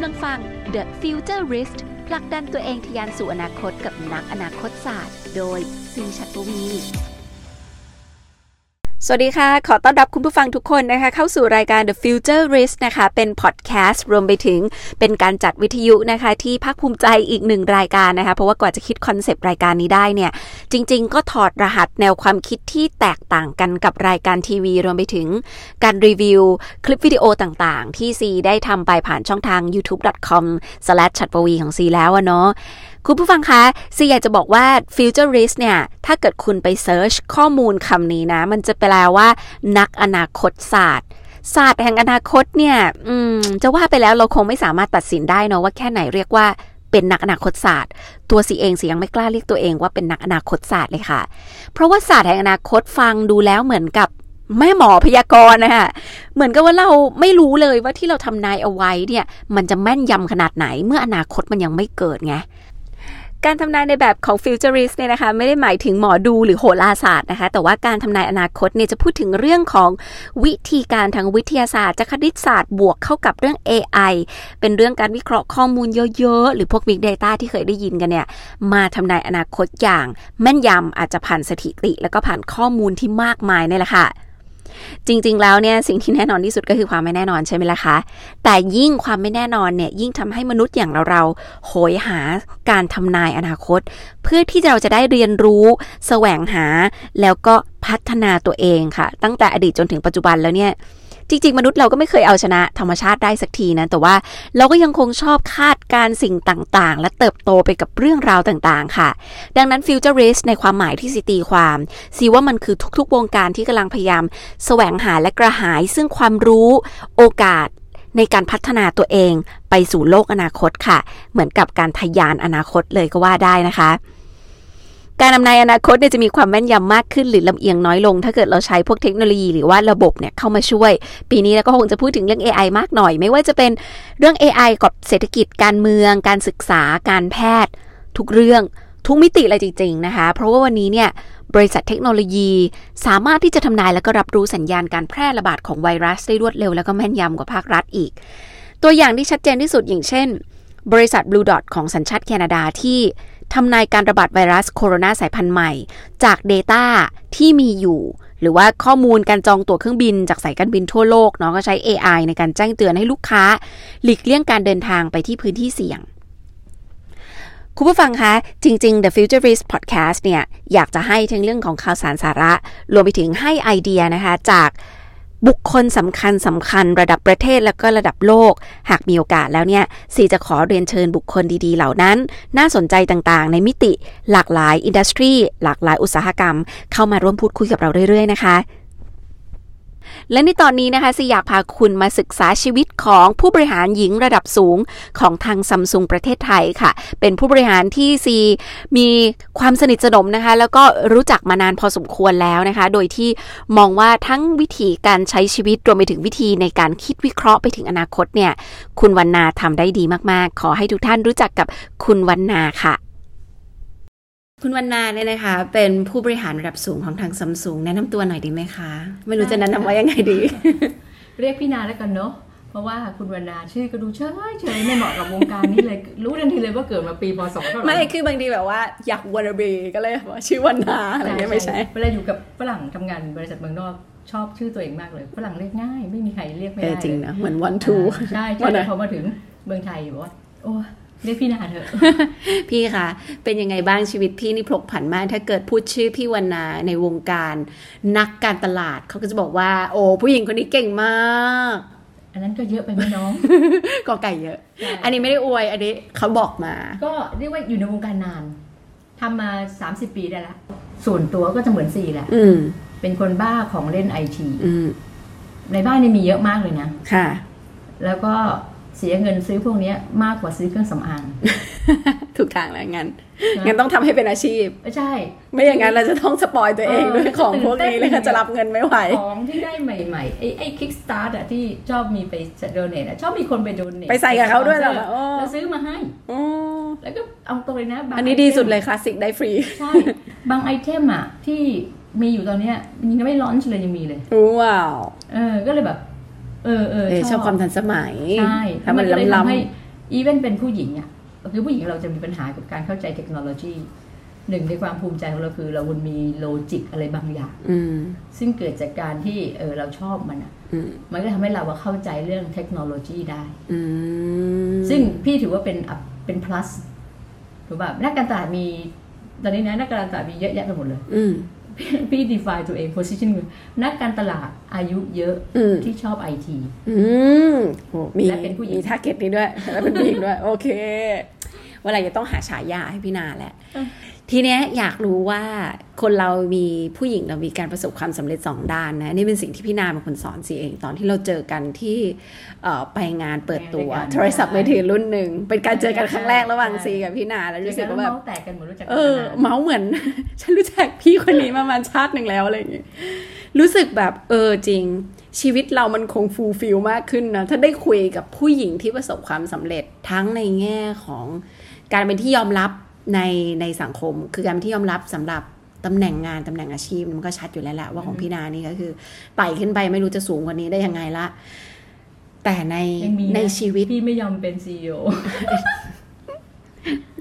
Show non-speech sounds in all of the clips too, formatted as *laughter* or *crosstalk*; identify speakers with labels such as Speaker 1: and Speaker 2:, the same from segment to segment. Speaker 1: ำลังฟัง The Futurist ผลักดันตัวเองทะยานสู่อนาคตกับนักอนาคตศาสตร์ โดยซีชัตวี
Speaker 2: สวัสดีค่ะ ขอต้อนรับคุณผู้ฟังทุกคนนะคะ เข้าสู่รายการ The Futurist นะคะ เป็นพอดแคสต์รวมไปถึงเป็นการจัดวิทยุนะคะ ที่ภาคภูมิใจอีกหนึ่งรายการนะคะ เพราะว่ากว่าจะคิดคอนเซปต์รายการนี้ได้เนี่ย จริง ๆ ก็ถอดรหัสแนวความคิดที่แตกต่างกันกับรายการทีวี รวมไปถึงการรีวิว คลิปวิดีโอต่างๆ ที่ซีได้ทำไปผ่านช่องทาง youtube.com s l a s h ชัดปวีของซีแล้วอะเนาะ คุณผู้ฟังคะซีอยากจะบอกว่า futurist เนี่ย ถ้าเกิดคุณไปเซิร์ชข้อมูลคำนี้นะ มันจะแปลว่า นักอนาคตศาสตร์ ศาสตร์แห่งอนาคตเนี่ย อืม จะว่าไปแล้วเราคงไม่สามารถตัดสินได้เนาะว่าแค่ไหนเรียกว่าเป็นนักอนาคตศาสตร์ ตัวซีเองซียังไม่กล้าเรียกตัวเองว่าเป็นนักอนาคตศาสตร์เลยค่ะ เพราะว่าศาสตร์แห่งอนาคตฟังดูแล้วเหมือนกับแม่หมอพยากรณ์นะคะเหมือนกับว่าเราไม่รู้เลยว่าที่เราทำนายเอาไว้เนี่ย มันจะแม่นยำขนาดไหนเมื่ออนาคตมันยังไม่เกิดไง การทำนายในแบบของฟิวเจอริสเนี่ยนะคะไม่ได้หมายถึงหมอดูหรือโหราศาสตร์นะคะ แต่ว่าการทำนายอนาคตเนี่ยจะพูดถึงเรื่องของวิธีการทางวิทยาศาสตร์จะคณิตศาสตร์บวกเข้ากับเรื่อง AI เป็นเรื่องการวิเคราะห์ข้อมูลเยอะๆ หรือพวก Big Data ที่เคยได้ยินกันเนี่ย มาทำนายอนาคตอย่างแม่นยำอาจจะผ่านสถิติ แล้วก็ผ่านข้อมูลที่มากมายเนี่ยแหละค่ะ จริง ๆ แล้วเนี่ยสิ่งที่แน่นอนที่สุดก็คือความไม่แน่นอนใช่ไหมล่ะคะ แต่ยิ่งความไม่แน่นอนเนี่ยยิ่งทำให้มนุษย์อย่างเราเราๆโหยหาการทำนายอนาคต เพื่อที่เราจะได้เรียนรู้ แสวงหาแล้วก็พัฒนาตัวเองค่ะ ตั้งแต่อดีตจนถึงปัจจุบันแล้วเนี่ย จริง ๆ มนุษย์เราก็ไม่เคยเอาชนะธรรมชาติได้สักทีนะแต่ว่าเราก็ยังคงชอบคาดการณ์สิ่งต่างๆ และเติบโตไปกับเรื่องราวต่างๆ ค่ะ ดังนั้นฟิวเจอริสในความหมายที่สิตีความซีว่ามันคือทุกๆ วงการที่กำลังพยายาม แสวงหาและกระหายซึ่งความรู้โอกาสในการพัฒนาตัวเองไปสู่โลกอนาคตค่ะ เหมือนกับการทะยานอนาคตเลยก็ว่าได้นะคะ การนำนายอนาคตเนี่ยจะมีความแม่นยำมากขึ้นหรือลำเอียงน้อยลง ถ้าเกิดเราใช้พวกเทคโนโลยีหรือว่าระบบเนี่ยเข้ามาช่วย ปีนี้เราก็คงจะพูดถึงเรื่อง AI มากหน่อย ไม่ว่าจะเป็นเรื่อง AI กับเศรษฐกิจการเมือง การศึกษา การแพทย์ ทุกเรื่องทุกมิติเลยจริง ๆนะคะ เพราะว่าวันนี้เนี่ยบริษัทเทคโนโลยี สามารถที่จะทำนายแล้วก็รับรู้สัญญาณการแพร่ระบาดของไวรัสได้รวดเร็วแล้วก็แม่นยำกว่าภาครัฐอีก ตัวอย่างที่ชัดเจนที่สุดอย่างเช่น บริษัท Blue Dot ของสัญชาติแคนาดาที่ทำนายการระบาดไวรัสโคโรนาสายพันธุ์ใหม่ จาก Data ที่มีอยู่ หรือว่าข้อมูลการจองตั๋วเครื่องบินจากสายการบินทั่วโลกเนาะก็ใช้ AI ในการแจ้งเตือนให้ลูกค้า หลีกเลี่ยงการเดินทางไปที่พื้นที่เสี่ยง คุณผู้ฟังคะ จริง ๆ The Futurist Podcast เนี่ย อยากจะให้ทั้งเรื่องของข่าวสารสาระ รวมไปถึงให้ไอเดียนะคะ จากบุคคลสำคัญสำคัญระดับประเทศแล้วก็ระดับโลก หากมีโอกาสแล้วเนี่ยสีจะขอเรียนเชิญบุคคลดีๆ เหล่านั้น น่าสนใจต่างๆ ในมิติหลากหลายอินดัสทรีหลากหลายอุตสาหกรรม เข้ามาร่วมพูดคุยกับเราเรื่อย ๆ นะคะ และในตอนนี้นะคะสิอยากพาคุณมาศึกษาชีวิตของผู้บริหารหญิงระดับสูงของทางซัมซุงประเทศไทยค่ะ เป็นผู้บริหารที่ซีมีความสนิทสนมนะคะ แล้วก็รู้จักมานานพอสมควรแล้วนะคะ โดยที่มองว่าทั้งวิธีการใช้ชีวิตรวมไปถึงวิธีในการคิดวิเคราะห์ไปถึงอนาคตเนี่ย คุณวันนาทำได้ดีมากๆ ขอให้ทุกท่านรู้จักกับคุณวันนาค่ะ คุณวันนาเนี่ยนะคะ เป็นผู้บริหารระดับสูงของทางซัมซุงแนะนำตัวหน่อยดีไหมคะ ไม่รู้จะแนะนำว่ายังไงดี
Speaker 3: เรียกพี่นาแล้วกันเนาะ เพราะว่าคุณวรรณาชื่อก็ดูเฉยเฉยไม่เหมาะกับวงการนี้เลย รู้ทันทีเลยว่าเกิดมาปีพศเท่าไหร่
Speaker 2: ไม่ คือบางทีแบบว่าอยาก wanna be ก็เลยบอกว่าชื่อวันนาอะไรเงี้ยไม่ใช่
Speaker 3: เวลาอยู่กับฝรั่งทำงานบริษัทเมืองนอกชอบชื่อตัวเองมากเลย ฝรั่งเรียกง่าย ไม่มีใครเรียกไม่
Speaker 2: เออ
Speaker 3: ได้
Speaker 2: จริง
Speaker 3: เลย
Speaker 2: นะ เหมือน one two
Speaker 3: ใช่
Speaker 2: วั
Speaker 3: ใช่
Speaker 2: น
Speaker 3: แต่
Speaker 2: นะ
Speaker 3: พอมาถึงเมืองไทยบอกว่าโอ้เรียกพี่นาเถอะ
Speaker 2: พี่คะ เป็นยังไงบ้างชีวิตพี่นี่พลกผันมาก ถ้าเกิดพูดชื่อพี่วันนาในวงการ นักการตลาดเขาก็จะบอกว่า โอ้ผู้หญิงคนนี้เก่งมาก *laughs*
Speaker 3: อันนั้นก็เยอะไปไหมน้อง
Speaker 2: กอไก่เยอะ
Speaker 3: ใช่
Speaker 2: อันนี้ไม่ได้อวย อันนี้เขาบอกมา
Speaker 3: ก็เรียกว่าอยู่ในวงการนานทำมา 30 ปีได้ละส่วนตัวก็จะเหมือนซีแหละ
Speaker 2: อืม
Speaker 3: เป็นคนบ้าของเล่นไอที
Speaker 2: อืม
Speaker 3: ในบ้านเนี่ยมีเยอะมากเลยนะ
Speaker 2: ค่ะ *laughs*
Speaker 3: แล้วก็เสียเงินซื้อพวกเนี้ยมากกว่าซื้อเครื่องสำ
Speaker 2: *laughs*
Speaker 3: อาง
Speaker 2: ถูกทางแล้วงั้น
Speaker 3: นะ
Speaker 2: งั้นต้องทำให้เป็นอาชีพ
Speaker 3: ใช่
Speaker 2: ไม่อย่างนั้นเราจะต้องสปอยตัวเองด้วยของพวกนี้เลยค่ะจะรับเงินไม่ไหว
Speaker 3: ของที่ได้ใหม่ๆ ไอ้ไอ้คิกสตาร์ทอะที่ชอบมีไปโดเนทอะชอบมีคนไปโดเนท
Speaker 2: ไปใส่กับเขาด้วยเหรอโอ้
Speaker 3: แล้วซื้อมาให้
Speaker 2: อ๋อ
Speaker 3: แล้วก็เอาตรงเลยนะบาง
Speaker 2: อันนี้ดีสุดเลยคลาสสิกได้ฟรี
Speaker 3: ใช่ บางไอเทมอะที่มีอยู่ตอนเนี้ยยังไม่ร้อนเลยยังมีเลย
Speaker 2: ว้าว
Speaker 3: เออ ก็เลยแบบ เออเออ
Speaker 2: เออชอบความทันสมัย
Speaker 3: ใช่
Speaker 2: ถ้ามัน
Speaker 3: ก็เลย
Speaker 2: ล้ำ
Speaker 3: ทำให้ อีเวนเป็นผู้หญิงอ่ะคือผู้หญิงเราจะมีปัญหากับการเข้าใจเทคโนโลยีหนึ่งในความภูมิใจของเราคือ เรามันมีโลจิกอะไรบางอย่าง
Speaker 2: อืม
Speaker 3: ซึ่งเกิดจากการที่เออเราชอบมันอ่ะ
Speaker 2: อืม
Speaker 3: มันก็ทำให้เราอะเข้าใจเรื่องเทคโนโลยีได้
Speaker 2: อืม
Speaker 3: ซึ่งพี่ถือว่าเป็นอัพเป็น plus ถูกป่ะนักการตลาดมีตอนนี้นะนักการตลาดมีเยอะแยะไปหมดเลย *laughs*
Speaker 2: อืม
Speaker 3: พี่พี่ define ตัวเอง position คือนักการตลาดอายุเยอะ
Speaker 2: อืม
Speaker 3: ที่ชอบไอที
Speaker 2: อืมโหมี
Speaker 3: และเป็นผู้หญิง
Speaker 2: มีทาร์เก็ตนี้ด้วย และเป็นผู้หญิงด้วย โอเคเวันหลังจะต้องหาฉายาให้พี่นาแหละ ทีเนี้ยอยากรู้ว่าคนเรามีผู้หญิงเรามีการประสบความสำเร็จสองด้านนะ นี่เป็นสิ่งที่พี่นาเป็นคนสอนสิเอง ตอนที่เราเจอกันที่เอ่อไปงานเปิดตัว
Speaker 3: ไปงาน
Speaker 2: โทรศัพท์มือถือรุ่นหนึ่ง เป็นการเจอกันครั้งแรกระหว่าง
Speaker 3: ใช่
Speaker 2: ซีกับพี่นาแล้วรู้สึกว่า
Speaker 3: แล้
Speaker 2: แบบ
Speaker 3: วเมาส์แตกกันหมดรู้จักกั
Speaker 2: เอน อ
Speaker 3: มานาน
Speaker 2: เมาส์เหมือน *laughs* ฉันรู้จักพี่คนนี้มาประมาณชาติหนึ่งแล้วอะไรอย่างงี้รู้สึกแบบเออจริง ชีวิตเรามันคงฟูลฟิลมากขึ้นนะ ถ้าได้คุยกับผู้หญิงที่ประสบความสำเร็จทั้งในแง่ของการเป็นที่ยอมรับในในสังคม คือการเป็นที่ยอมรับสำหรับตำแหน่งงานตำแหน่งอาชีพ มันก็ชัดอยู่แล้วแหละว่าของพี่นานี่ก็คือไต่ขึ้นไปไม่รู้จะสูงกว่านี้ได้ยังไงละ แต่ใน
Speaker 3: ยังมีนะ
Speaker 2: ในชีวิต
Speaker 3: พี่ไม่ยอมเป็นซีอ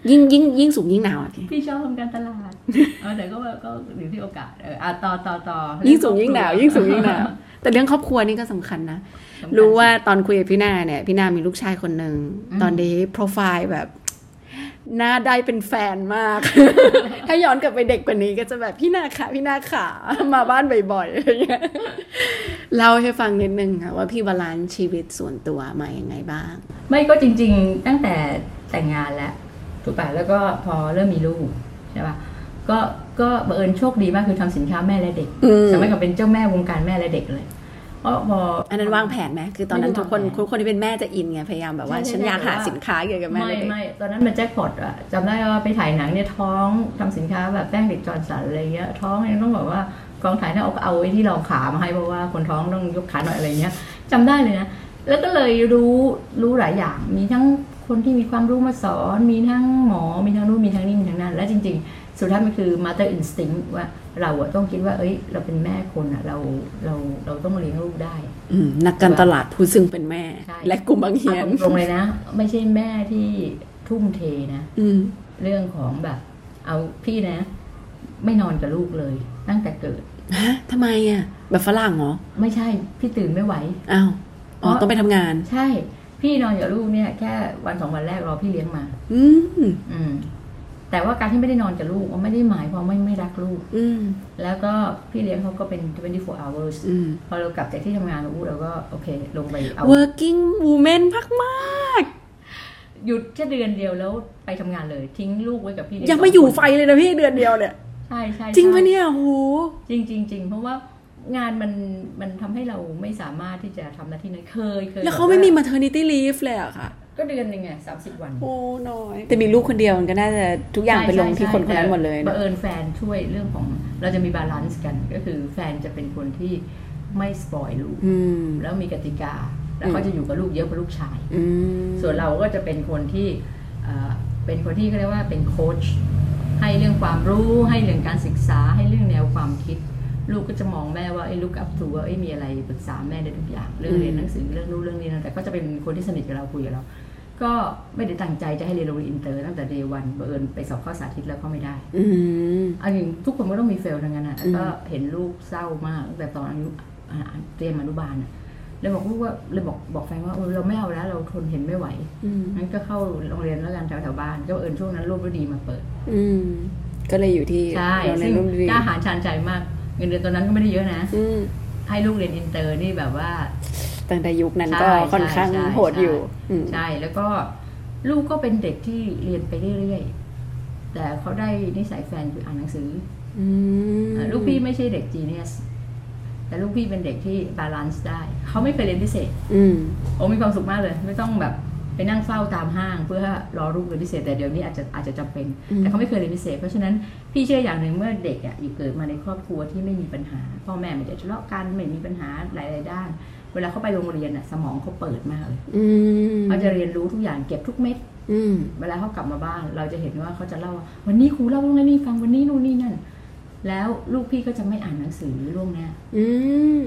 Speaker 2: ยิ่งยิ่งยิ่งสูงยิ่งหนาวอ่ะพี่
Speaker 3: พี่ชอบทำการตลา
Speaker 2: *laughs*
Speaker 3: ดเออแต่ก็แบบก็อยู่ที่โอกาสเอออ่ะต่อต่อต่อ
Speaker 2: ยิ่งสูงยิ่งหนาวยิ่งสูงยิ่งหนาว *laughs* แต่เรื่องครอบครัวนี่ก็สำคัญนะ รู้ว่าตอนคุยกับพี่นาเนี่ย พี่นามีลูกชายคนหนึ่ง ตอนนี้โปรไฟล์แบบน่าได้เป็นแฟนมาก *laughs* ถ้าย้อนกลับไปเด็กกว่านี้ก็จะแบบพี่นาขาพี่นาขา มาบ้านบ่อยๆอะไรเงี้ย *laughs* เล่าให้ฟังนิดนึงค่ะว่าพี่บาลานซ์ชีวิตส่วนตัวมายังไงบ้าง
Speaker 3: ไม่ก็จริง ๆ ตั้งแต่แต่งงานแล้วถูกป่ะแล้วก็พอเริ่มมีลูกใช่ป่ะก็ก็บังเอิญโชคดีมากคือทำสินค้าแม่และเด็ก
Speaker 2: อืม
Speaker 3: สมัยก่อนเป็นเจ้าแม่วงการแม่และเด็กเลยเพราะพอ
Speaker 2: อันนั้นวางแผนไหมคือตอนนั้นทุกคน
Speaker 3: ไม่ได้วางแผ
Speaker 2: ทุกคนที่เป็นแม่จะอินไงพยายามแบบว่า
Speaker 3: ใช่ใช่
Speaker 2: ฉันอยาก
Speaker 3: แต่
Speaker 2: หา
Speaker 3: ว่า
Speaker 2: สินค้าเกี่ยวกับแม่
Speaker 3: ไม่
Speaker 2: เลย
Speaker 3: ไม่ตอนนั้นมันแจ็คพอตอะจำได้ว่าไปถ่ายหนังเนี่ยท้องทำสินค้าแบบแป้งเด็กจอนสันอะไรเงี้ยท้องเนี่ยต้องแบบว่ากองถ่ายเนี่ยเอาเอาไอ้ที่รองขามาให้เพราะว่าคนท้องต้องยกขาหน่อยอะไรเงี้ยจำได้เลยนะ แล้วก็เลยรู้รู้หลายอย่างมีทั้งคนที่มีความรู้มาสอน มีทั้งหมอมีทั้งนู่นมีทั้งนี่มีทั้งนั่นและจริง ๆ สุดท้ายมันคือ mother instinct ว่าเราอะต้องคิดว่า เอ้ย เราเป็นแม่คนอะเราเราเราต้องเลี้ยงลูกได้
Speaker 2: อืมนักการตลาดผู้ซึ่งเป็นแม่
Speaker 3: ใช่
Speaker 2: และกลุ่มบางเฮียน
Speaker 3: เอาตรงๆเลยนะ ไม่ใช่แม่ที่ทุ่มเทนะ
Speaker 2: อืม
Speaker 3: เรื่องของแบบ เอาพี่นะ ไม่นอนกับลูกเลย ตั้งแต่เกิด
Speaker 2: ฮะทำไมอ่ะ แบบฝรั่งเหรอ
Speaker 3: ไม่ใช่พี่ตื่นไม่ไหว
Speaker 2: อ้าว อ๋อ
Speaker 3: เพราะ
Speaker 2: ต้องไปทำงาน
Speaker 3: ใช่ พี่นอนกับลูกเนี่ย แค่วันสองวันแรกรอพี่เลี้ยงมา
Speaker 2: อืม
Speaker 3: อืม แต่ว่าการที่ไม่ได้นอนกับลูกมันไม่ได้หมายความว่าไม่รักลูก
Speaker 2: อืม
Speaker 3: แล้วก็พี่เลี้ยงเขาก็เป็น 24 hours
Speaker 2: อืม
Speaker 3: พอเรากลับจากที่ทำงานอู้เราก็โอเค ลงไปเอา
Speaker 2: working woman มากมาก
Speaker 3: หยุดแค่เดือนเดียวแล้วไปทำงานเลย ทิ้งลูกไว้กับพี่เลี้ยง
Speaker 2: ๆยังไม่อยู่ไฟเลยนะพี่เดือนเดียวเนี่ย
Speaker 3: ใช่ใช่
Speaker 2: จริง
Speaker 3: ใช่
Speaker 2: ปะเนี่ยโห
Speaker 3: จริงจริงจริงเพราะว่างานมันมันทำให้เราไม่สามารถที่จะทำหน้าที่นั้นเคยเคย
Speaker 2: แล้วเขาไม่มี maternity leave เลยเหรอะค่ะ
Speaker 3: ก็เดือนหนึ่งไงสามสิบวัน
Speaker 2: โอ้น้อย แต่มีลูกคนเดียวมันก็น่าจะทุกอย่างไปลงที่คนคนนั้นหมดเลย
Speaker 3: บั
Speaker 2: นะ
Speaker 3: งเอิญแฟนช่วยเรื่องของเราจะมีบาลานซ์กัน ก็คือแฟนจะเป็นคนที่ไม่สปอยลูก
Speaker 2: อืม
Speaker 3: แล้วมีกติกา แล้วเขาจะอยู่กับลูกเยอะกว่าลูกชาย
Speaker 2: อืม
Speaker 3: ส่วนเราก็จะเป็นคนที่เอ่อเป็นคนที่เขาเรียกว่าเป็นโค้ชให้เรื่องความรู้ให้เรื่องการศึกษาให้เรื่องแนวความคิด ลูกก็จะมองแม่ว่าไอ้ลูกอัพทูว่าไอ้ยมีอะไรปรึกษาแม่ได้ทุกอย่างเรื่องเรียนหนังสือเรื่องรู้เรื่องนี้นะแต่ก็จะเป็นคนที่สนิทกับเราคุยกับเรา ก็ไม่ได้ตั้งใจจะให้เรียนโรงเรียนอินเตอร์ตั้งแต่เดวันบังเอิญไปสอบข้อสาธิตแล้วเข้าไม่ได้
Speaker 2: อืม
Speaker 3: อันนี้ทุกคนก็ต้องมีเฟลทั้งนั้นอ่ะแล้วก็เห็นลูกเศร้ามากตั้งแต่ตอนอายุอ่าเตรียมอนุบาลอ่ะเลยบอกลูกว่าเลยบอกบอกแฟนว่าเออเราไม่เอาแล้วเราทนเห็นไม่ไหว
Speaker 2: อืม
Speaker 3: งั้นก็เข้าโรงเรียนแล้วกันแถวๆบ้าน ก็เอิญช่วงนั้นรูปฤดีมาเปิด
Speaker 2: อืม ก็เลยอยู่ที่
Speaker 3: ใช่
Speaker 2: โรงเรียนรุ่
Speaker 3: ซึ่ง
Speaker 2: นดี
Speaker 3: กล้าหาญชาญใจมาก เงินเดือนตอนนั้นก็ไม่ได้เยอะนะ
Speaker 2: อืม
Speaker 3: ให้ลูกเรียนอินเตอร์นี่แบบว่า
Speaker 2: ตั้งแต่ยุคนั้น
Speaker 3: ใช่
Speaker 2: ก็ค่อนข้าง
Speaker 3: ใช่ใช่
Speaker 2: โหดอยู่
Speaker 3: ใช่
Speaker 2: อืม
Speaker 3: ใช่แล้วก็ลูกก็เป็นเด็กที่เรียนไปเรื่อยๆ แต่เขาได้นิสัยแฟนคืออ่านหนังสือ
Speaker 2: อืม
Speaker 3: อลูกพี่ไม่ใช่เด็กจีเนียสแต่ลูกพี่เป็นเด็กที่บาลานซ์ได้ เขาไม่เคยเรียนพิเศษ
Speaker 2: อืม
Speaker 3: โอ้มีความสุขมากเลย ไม่ต้องแบบไปนั่งเฝ้าตามห้าง เพื่อรอรูปเรียนพิเศษแต่เดี๋ยวนี้อาจจะอาจจะจำเป็น
Speaker 2: อืม
Speaker 3: แต่เขาไม่เคยเรียนพิเศษ เพราะฉะนั้นพี่เชื่ออย่างหนึ่งเมื่อเด็กอ่ะอยู่เกิดมาในครอบครัวที่ไม่มีปัญหาพ่อแม่ไม่ได้ทะเลาะกันไม่มีปัญหาหลายๆด้าน เวลาเขาไปโรงเรียนอ่ะสมองเขาเปิดมากเลย
Speaker 2: อืม
Speaker 3: เขาจะเรียนรู้ทุกอย่างเก็บทุกเม็ด
Speaker 2: อืม
Speaker 3: เวลาเขากลับมาบ้าน เราจะเห็นว่าเขาจะเล่าว่าวันนี้ครูเล่าเรื่องนั้นให้ฟังวันนี้นู่นนี่นั่น แล้วลูกพี่ก็จะไม่อ่านหนังสือล่วงหน้า
Speaker 2: อืม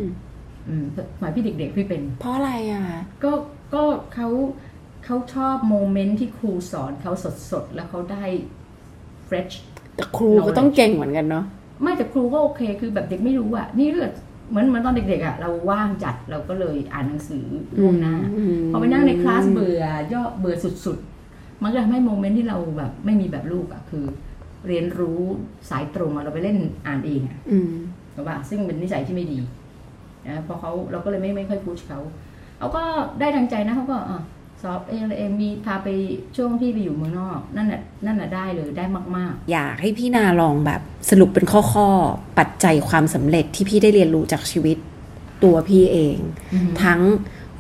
Speaker 3: อืมสมัยพี่เด็กๆพี่เป็น
Speaker 2: เพราะอะไรอ่ะ
Speaker 3: ก็ก็เขา เขาชอบโมเมนต์ที่ครูสอนเขาสดๆ แล้วเขาได้ fresh
Speaker 2: แต่ครูก็ต้องเก่งเหมือนกันเนาะ
Speaker 3: ไม่แต่ครูก็โอเคคือแบบเด็กไม่รู้อะนี่เลือดเหมือนเหมือนตอนเด็กๆอะเราว่างจัดเราก็เลยอ่านหนังสือล่วงหน้า
Speaker 2: อืม
Speaker 3: พอไปนั่งในคลาสเบื่อย่อเบื่อสุดๆ มันก็ทำให้โมเมนต์ที่เราแบบไม่มีแบบลูกอะคือ เรียนรู้สายตรงอะเราไปเล่นอ่านเองอะ
Speaker 2: อืม
Speaker 3: ถูกปะซึ่งเป็นนิสัยที่ไม่ดีนะเพอเขาเราก็เลยไม่ไม่ค่อยพุชเขาเขาก็ได้ดังใจนะเขาก็อ่ะสอบเองอะไรเองมีพาไปช่วงที่ไปอยู่เมืองนอกนั่นแหละนั่นแหละได้เลยได้มากๆ
Speaker 2: อยากให้พี่นาลองแบบสรุปเป็นข้อๆ ปัจจัยความสำเร็จที่พี่ได้เรียนรู้จากชีวิตตัวพี่เอง
Speaker 3: อือหือ
Speaker 2: ทั้ง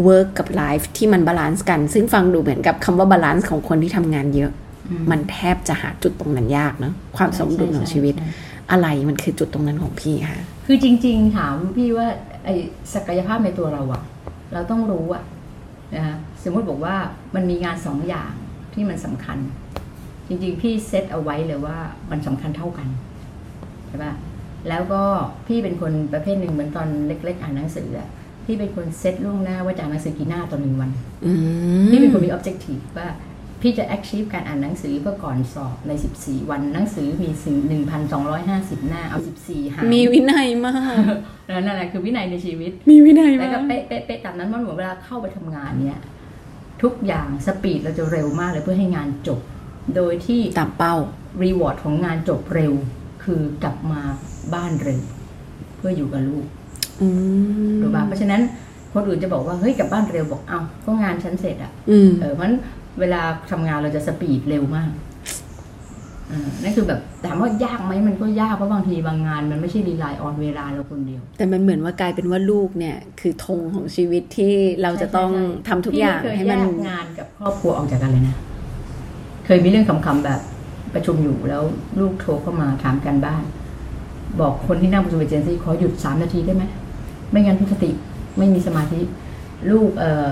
Speaker 2: work กับ life ที่มันบาลานซ์กัน ซึ่งฟังดูเหมือนกับคำว่าบาลานซ์ของคนที่ทำงานเยอะ
Speaker 3: อื
Speaker 2: มันแทบจะหาจุดตรงนั้นยากเนอะความสมดุลของชีวิต
Speaker 3: ใช่
Speaker 2: อะไรมันคือจุดตรงนั้นของพี่คะ
Speaker 3: คือจริงๆ ถามพี่ว่าไอศักยภาพในตัวเราอะเราต้องรู้อะนะคะสมมติบอกว่ามันมีงานสองอย่างที่มันสำคัญ จริงๆ พี่เซตเอาไว้เลยว่ามันสำคัญเท่ากันใช่ปะแล้วก็พี่เป็นคนประเภทหนึ่งเหมือนตอนเล็ก ๆ อ่านหนังสืออะพี่เป็นคนเซตล่วงหน้าว่าจะอ่านหนังสือกี่หน้าต่อหนึ่งวัน
Speaker 2: อืม
Speaker 3: พี่เป็นคนมี objective ว่าพี่จะ achieve การอ่านหนังสือเพื่อก่อนสอบใน 14 วันหนังสือมีสื่อ1,250 หน้าเอา 14หาง
Speaker 2: มีวินัยมาก
Speaker 3: *laughs* *coughs* นั่นแหละคือวินัยในชีวิต
Speaker 2: มีวินัย
Speaker 3: แล้ว
Speaker 2: มา
Speaker 3: ก็
Speaker 2: ก
Speaker 3: เป๊ะเป๊ะเป๊ะตามนั้นเพราะหนูเวลาเข้าไปทำงานเนี่ยทุกอย่างสปีดเราจะเร็วมากเลยเพื่อให้งานจบ โดยที่
Speaker 2: ตามเป้า
Speaker 3: รีวอร์ดของงานจบเร็ว คือกลับมาบ้านเร็ว เพื่ออยู่กับลูก
Speaker 2: อืม
Speaker 3: ถูกปะเพราะฉะนั้นคนอื่นจะบอกว่าเฮ้ยกลับบ้านเร็วบอกเอาก็งานฉันเสร็จอะ
Speaker 2: อืม
Speaker 3: เออเพราะฉะนั้นเวลาทำงานเราจะสปีดเร็วมากอ่านั่นคือแบบถามว่ายากไหมมันก็ยากเพราะบางทีบางงาน มันไม่ใช่รีไลน์ออนเวลาเราคนเดียว
Speaker 2: แต่มันเหมือนว่ากลายเป็นว่าลูกเนี่ย คือธงของชีวิตที่เราจะต้อง
Speaker 3: ใช่ใช่
Speaker 2: ทำทุกอย่าง
Speaker 3: พี่ไม่เค
Speaker 2: ให้
Speaker 3: ยแย
Speaker 2: มัน
Speaker 3: กงานกับครอบครัวออกจากกันเลยนะ เคยมีเรื่องคำๆแบบประชุมอยู่แล้วลูกโทรเข้ามาถามการบ้าน บอกคนที่นั่งประชุมเอเจนซี่ขอหยุดสามนาทีได้ไหม ไม่งั้นทุกสติไม่มีสมาธิ ลูกเอ่อ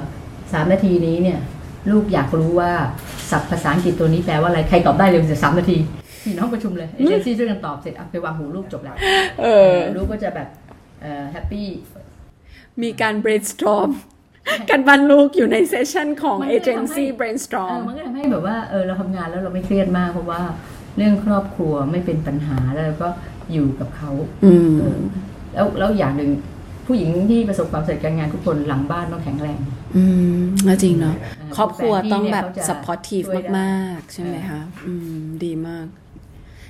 Speaker 3: สามนาทีนี้เนี่ย ลูกอยากรู้ว่าศัพท์ภาษาอังกฤษตัวนี้แปลว่าอะไรใครตอบได้เร็วจะสามนาทีพี่น้องประชุมเลยเอเจนซี่ช่วยกันตอบเสร็จเอาไปวางหูลูกจบแล้ว
Speaker 2: เออ
Speaker 3: ลูกก็จะแบบเอ่อแฮปปี้
Speaker 2: มีการ *laughs* brainstorm กันบันลูกอยู่ในเซสชันของ
Speaker 3: มันก็เลยทำให้
Speaker 2: agency
Speaker 3: เอ
Speaker 2: brainstorm
Speaker 3: อมันก็ทำให้แบบว่าเออเราทำงานแล้วเราไม่เครียดมาก เพราะว่าเรื่องครอบครัวไม่เป็นปัญหาแล้วเราก็อยู่กับเขา
Speaker 2: อืม
Speaker 3: แล้วแล้วอย่างหนึ่งผู้หญิงที่ประสบความสำเร็จการงานทุกคนหลังบ้านต้องแข็งแรง
Speaker 2: อืมก็จริงเนาะ
Speaker 3: เออ
Speaker 2: ครอบครัวต้องแบบ
Speaker 3: แฟนพี่เนี่ยเขาจะ
Speaker 2: supportive
Speaker 3: ช่วยได้
Speaker 2: มากๆ ใช่ไหมคะอืม ดีมาก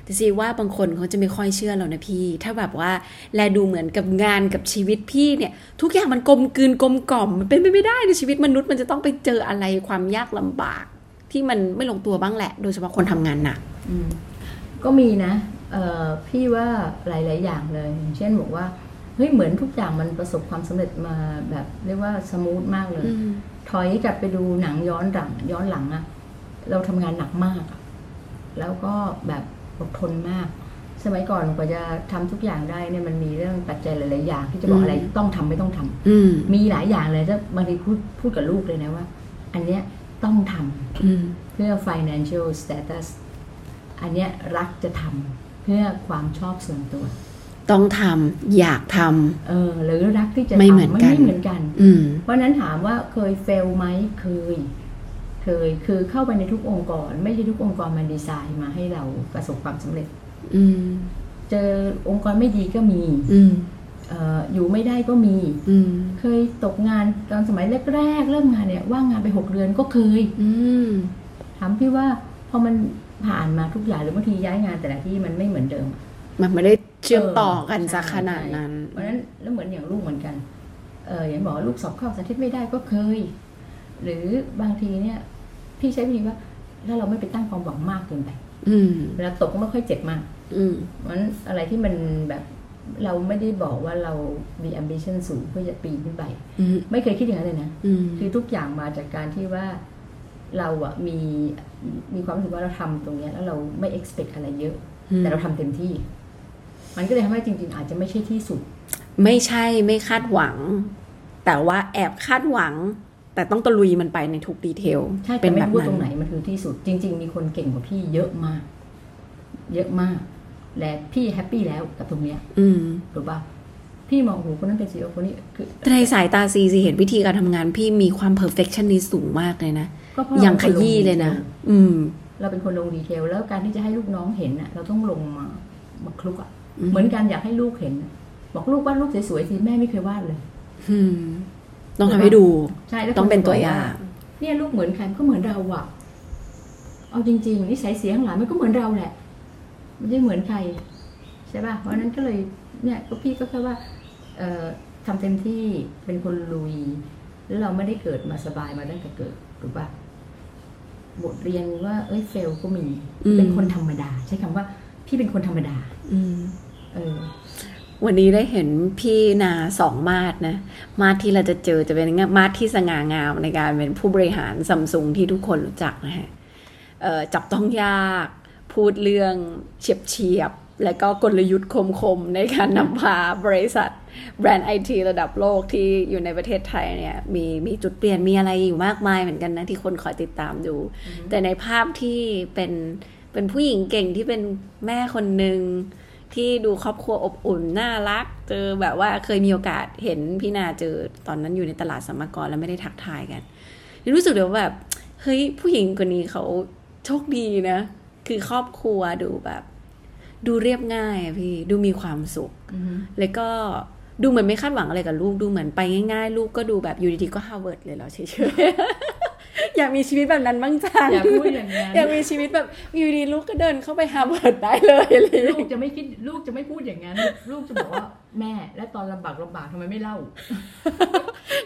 Speaker 2: แต่ซีว่าบางคนเขาจะไม่ค่อยเชื่อเรานะพี่ ถ้าแบบว่า แลดูเหมือนกับงานกับชีวิตพี่เนี่ย ทุกอย่างมันกลมกลืนกลมกล่อม มันเป็นไปไม่ได้ในชีวิตมนุษย์มันจะต้องไปเจออะไรความยากลำบาก ที่มันไม่ลงตัวบ้างแหละ โดยเฉพาะคนทำงานหนัก
Speaker 3: อืมก็มีนะเอ่อพี่ว่าหลาย ๆ อย่างเลยอย่างเช่นบอกว่าเฮ้ยเหมือนทุกอย่างมันประสบความสำเร็จมาแบบเรียกว่าสมูทมากเลย ถอยกลับไปดูหนังย้อนหลังย้อนหลังอะเราทำงานหนักมากอะแล้วก็แบบอดทนมาก สมัยก่อนกว่าจะทำทุกอย่างได้เนี่ยมันมีเรื่องปัจจัยหลาย ๆ อย่าง ที่จะบอ
Speaker 2: อื
Speaker 3: ก
Speaker 2: ม
Speaker 3: อะไรต้องทำไม่ต้องทำ
Speaker 2: อืม
Speaker 3: มีหลายอย่างเลยจะบางทีพูดพูดกับลูกเลยนะว่า อันเนี้ยต้องทำ
Speaker 2: อืม
Speaker 3: เพื่อ financial status อันเนี้ยรักจะทำเพื่อความชอบส่วนตัว
Speaker 2: ต้องทำอยากทำ
Speaker 3: เออหรือรักที่จะ
Speaker 2: ไม่เหมือ
Speaker 3: ทำ
Speaker 2: น
Speaker 3: ไม่
Speaker 2: กัน
Speaker 3: ไม่เหมือนกัน
Speaker 2: อืม
Speaker 3: เพราะฉะนั้นถามว่าเคยเฟลไหมเคย เคยคือเข้าไปในทุกองค์กร ไม่ใช่ทุกองค์กรมันดีไซน์มาให้เราประสบความสำเร็จ
Speaker 2: อืม
Speaker 3: เจอองค์กรไม่ดีก็มี
Speaker 2: อืม
Speaker 3: เอออยู่ไม่ได้ก็มี
Speaker 2: อืม
Speaker 3: เคยตกงานตอนสมัยแรกๆเริ่มงานเนี่ยว่างงานไปหกเดือนก็เคย
Speaker 2: อืม
Speaker 3: ถามพี่ว่าพอมันผ่านมาทุกอย่างหรือบางทีย้ายงานแต่ละที่มันไม่เหมือนเดิม
Speaker 2: มันไม่ได้เชื่อมต่อกันซะขนาดนั้น
Speaker 3: เพราะฉะนั้นแล้วเหมือนอย่างลูกเหมือนกัน เอออย่างบอกว่าลูกสอบเข้าสาธิตไม่ได้ก็เคย หรือบางทีเนี่ย พี่ใช้วิธีว่าถ้าเราไม่ไปตั้งความหวังมากเกินไป
Speaker 2: อืม
Speaker 3: เวลาตกก็ไม่ค่อยเจ็บมาก
Speaker 2: อืม
Speaker 3: เพราะฉะนั้นอะไรที่มันแบบเราไม่ได้บอกว่าเรามี ambition สูงเพื่อจะปีนขึ้นไป
Speaker 2: อืม
Speaker 3: ไม่เคยคิดอย่างนั้นเลยนะ
Speaker 2: อืม
Speaker 3: คือทุกอย่างมาจากการที่ว่าเราอะมีมีความรู้สึกว่าเราทำตรงเนี้ยแล้วเราไม่ expect อะไรเยอะ
Speaker 2: อืม
Speaker 3: แต่เราทำเต็มที่ มันก็เลยทำให้จริงๆ อาจจะไม่ใช่ที่สุด
Speaker 2: ไม่ใช่ไม่คาดหวัง แต่ว่าแอบคาดหวัง แต่ต้องตะลุยมันไปในทุกดีเทล
Speaker 3: ใช่
Speaker 2: เป็น
Speaker 3: แต่ไม่
Speaker 2: แบบ
Speaker 3: รู้ว่า
Speaker 2: นั้
Speaker 3: ตร
Speaker 2: น
Speaker 3: งไหนมันคือที่สุด จริง ๆ มีคนเก่งกว่าพี่เยอะมาก เยอะมาก และพี่แฮปปี้แล้วกับตรงเนี้ย
Speaker 2: อืม
Speaker 3: ถูกปะพี่มองโอ้โหคนนั้นเป็นซีอคนนี้คือ
Speaker 2: แต่ในสายตาซีซีเห็นวิธีการทำงานพี่มีความ perfectionist สูงมากเลยนะ
Speaker 3: ก็เพราะเรา
Speaker 2: อย่างขยี้เลยนะ อืม
Speaker 3: เราเป็นคนลงดีเทล แล้วการที่จะให้ลูกน้องเห็นน่ะ เราต้องลงมามาคลุกอ่ะเหมือนกันอยากให้ลูกเห็นน่ะบอกลูกวาดรูปสวยๆสิแม่ไม่เคยวาดเลย
Speaker 2: อืม ต้องทำให้ดู
Speaker 3: ใช่แล้ว
Speaker 2: ต้องเป็นตัว
Speaker 3: คบก
Speaker 2: อย่าง
Speaker 3: เนี่ยลูกเหมือนใครมันก็เหมือนเราอะเอาจริงๆนิสัยเสียงหลานมันก็เหมือนเราแหละไม่ได้เหมือนใครใช่ป่ะเพราะฉะนั้นก็เลยเนี่ยก็พี่ก็แค่ว่า เอ่อทำเต็มที่เป็นคนลุย แล้วเราไม่ได้เกิดมาสบายมาตั้งแต่เกิดถูกป่ะบทเรียนว่า เอ้ยเฟลก็มี
Speaker 2: อืม
Speaker 3: เป็นคนธรรมดา ใช้คำว่า พี่เป็นคนธรรมดา
Speaker 2: อืม
Speaker 3: เออ
Speaker 2: วันนี้ได้เห็นพี่นาสองมาดนะ มาดที่เราจะเจอจะเป็นมาดที่สง่างามในการเป็นผู้บริหารซัมซุงที่ทุกคนรู้จักนะฮะเอ่อจับต้องยาก พูดเรื่องเฉียบเฉียบๆและก็กลยุทธ์คมๆ ในการนำพาบริษัท แบรนด์ไอทีระดับโลกที่อยู่ในประเทศไทยเนี่ยมีมีจุดเปลี่ยนมีอะไรอยู่มากมายเหมือนกันนะที่คนคอยติดตามดู แต่ในภาพที่เป็นเป็นผู้หญิงเก่งที่เป็นแม่คนหนึ่ง ที่ดูครอบครัวอบอุ่น น่ารัก เจอแบบว่าเคยมีโอกาสเห็นพี่นาเจอตอนนั้นอยู่ในตลาดสมมกรแล้วไม่ได้ทักทายกันยังรู้สึกเลยว่าแบบ เฮ้ย ผู้หญิงคนนี้เขาโชคดีนะ คือครอบครัวดูแบบ ดูเรียบง่ายอะพี่ดูมีความสุข แล้วก็ดูเหมือนไม่คาดหวังอะไรกับลูกดูเหมือนไปง่ายๆ ลูกก็ดูแบบอยู่ดีๆก็ฮาร์วาร์ดเลยเหรอเฉยๆ *laughs* อยากมีชีวิตแบบนั้นบ้างจัง
Speaker 3: อย่าพูดอย่างนั้น
Speaker 2: อยากมีชีวิตแบบอยู่ดีๆลูกก็เดินเข้าไปฮาร์วาร์ดได้เลยอะไรอย่าง
Speaker 3: ลู
Speaker 2: เงี้ย
Speaker 3: กจะไม่คิดลูกจะไม่พูดอย่างนั้น ลูกจะบอกว่าแม่ และตอนลำบากลำบากทำไมไม่เล่า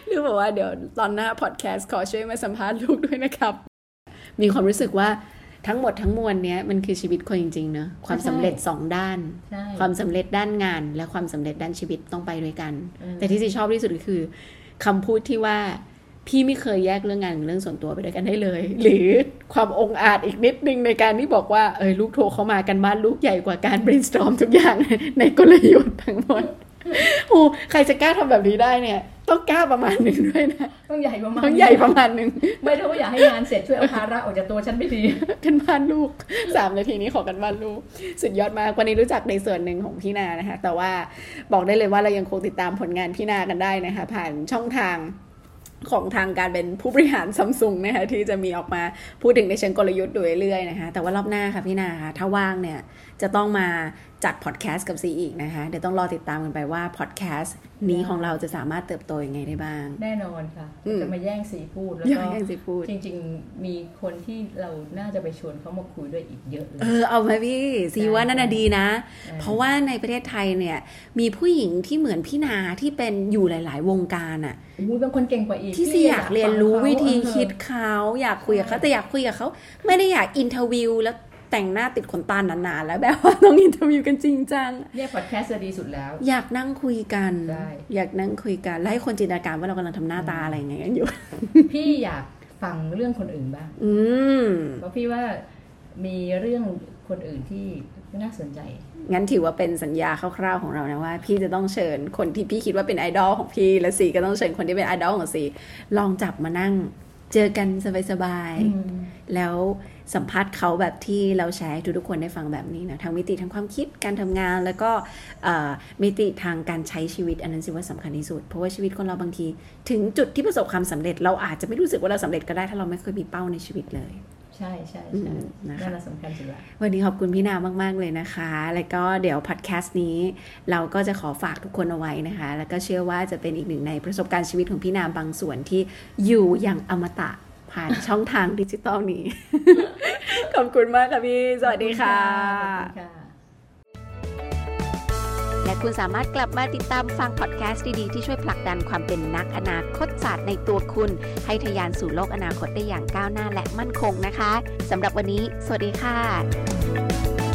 Speaker 2: หรือบอกว่าเดี๋ยวตอนหน้าพอดแคสต์ขอช่วยมาสัมภาษณ์ลูกด้วยนะครับ มีความรู้สึกว่าทั้งหมดทั้งมวลเนี้ยมันคือชีวิตคนจริงๆเนอะความสำเร็จสองด้าน
Speaker 3: ใช่
Speaker 2: ความสำเร็จด้านงาน และความสำเร็จด้านชีวิตต้องไปด้วยกัน
Speaker 3: เออ
Speaker 2: แต่ที่ซีชอบที่สุดก็คือคำพูดที่ว่าพี่ไม่เคยแยกเรื่องงานกับเรื่องส่วนตัวไปด้วยกันได้เลย หรือความองอาจอีกนิดนึงในการที่บอกว่าเอยลูกโทรเข้ามากันบ้านลูกใหญ่กว่าการ brainstorm ทุกอย่าง ในกลยุทธ์ทั้ง
Speaker 3: *laughs*
Speaker 2: หมดโอ้ใครจะกล้าทำแบบนี้ได้เนี่ย ต้องกล้าประมาณหนึ่งด้วยนะ
Speaker 3: ต้องใหญ่ประมาณ
Speaker 2: ต้องใหญ่ประมาณหนึ่ง
Speaker 3: ไม่ถ้าว่าอยากให้งานเสร็จช่วยเอาภาระออกจากตัวฉันไม่
Speaker 2: *laughs*
Speaker 3: ดี
Speaker 2: กันบ้านลูก *laughs* สามนาทีนี้ขอกันบ้านลูกสุดยอดมากวันนี้รู้จักในส่วนหนึ่งของพี่นานะคะ แต่ว่า บอกได้เลยว่าเรายังคงติดตามผลงานพี่นากันได้นะคะ ผ่านช่องทางของทางการเป็นผู้บริหารซัมซุงนะคะที่จะมีออกมาพูดถึงในเชิงกลยุทธ์โดยเรื่อยๆนะคะ แต่ว่ารอบหน้าค่ะพี่นาค่ะถ้าว่างเนี่ยจะต้องมาจัดพอดแคสต์กับซีอีกนะคะ เดี๋ยวต้องรอติดตามกันไปว่าพอดแคสต์นี้ของเราจะสามารถเติบโตยังไงได้บ้าง
Speaker 3: แน่นอนค่ะ
Speaker 2: อืม
Speaker 3: จะมาแย่งสีพูดแล้ว
Speaker 2: อย่า
Speaker 3: ก็
Speaker 2: ให้ซีพูด
Speaker 3: จริง ๆ มีคนที่เราน่าจะไปชวนเขามาคุยด้วยอีกเยอะเล
Speaker 2: เอย อเอาไหมพี่ซีว่านั่นน่ะดีนะ
Speaker 3: เออ
Speaker 2: เพราะว่าในประเทศไทยเนี่ยมีผู้หญิงที่เหมือนพี่นาที่เป็นอยู่หลาย ๆ วงการอะ
Speaker 3: มูบางคนเก่งกว่าอีก
Speaker 2: ที่ซีอยากเรียนรู้วิธีคิด
Speaker 3: เออ
Speaker 2: เขาอยากคุยกับเขาแต่อยากคุยกับเขาไม่ได้อยากอินเทอร์วิวแล้วแต่งหน้าติดขนตาหนาๆแล้วแบบว่าต้องอินเทอร์วิวกันจริงจัง
Speaker 3: เนี่ยพอดแคสต์จะดีสุดแล้ว
Speaker 2: อยากนั่งคุยกัน
Speaker 3: ได้
Speaker 2: อยากนั่งคุยกันแล้วให้คนจินตนาการว่าเรากำลังทำหน้าตาอะไรอย่างเงี้ยกันอยู่
Speaker 3: พี่อยากฟังเรื่องคนอื่นบ้าง
Speaker 2: อืม
Speaker 3: เพราะพี่ว่ามีเรื่องคนอื่นที่น่าสนใจ
Speaker 2: งั้นถือว่าเป็นสัญญาคร่าวๆของเรานะว่า พี่จะต้องเชิญคนที่พี่คิดว่าเป็นไอดอลของพี่และสีก็ต้องเชิญคนที่เป็นไอดอลของสีลองจับมานั่ง เจอกันสบายๆ แล้วสัมภาษณ์เขาแบบที่เราแชร์ให้ทุกๆคนได้ฟังแบบนี้นะทั้งมิติทั้งความคิดการทำงาน แล้วก็เอ่อมิติทางการใช้ชีวิต อันนั้นสิว่าสำคัญที่สุด เพราะว่าชีวิตคนเราบางที ถึงจุดที่ประสบความสำเร็จ เราอาจจะไม่รู้สึกว่าเราสำเร็จก็ได้ถ้าเราไม่เคยมีเป้าในชีวิตเลย
Speaker 3: ใช่ใช่
Speaker 2: อื
Speaker 3: ใช่
Speaker 2: มนะคะ
Speaker 3: นั่นแหละสำคัญสุดละ
Speaker 2: วันนี้ขอบคุณพี่นามาก ๆ เลยนะคะ แล้วก็เดี๋ยวพอดแคสต์นี้ เราก็จะขอฝากทุกคนเอาไว้นะคะ แล้วก็เชื่อว่าจะเป็นอีกหนึ่งในประสบการณ์ชีวิตของพี่นาบางส่วนที่อยู่อย่างอมตะผ่านช่องทางดิจิตอลนี้ *laughs* ขอบคุณมากค่ะพี่ สวัสดีค่ะ
Speaker 3: สวัสดีค่ะ
Speaker 4: และคุณสามารถกลับมาติดตามฟังพอดแคสต์ดีๆ ที่ช่วยผลักดันความเป็นนักอนาคตศาสตร์ในตัวคุณ ให้ทะยานสู่โลกอนาคตได้อย่างก้าวหน้าและมั่นคงนะคะสำหรับวันนี้ สวัสดีค่ะ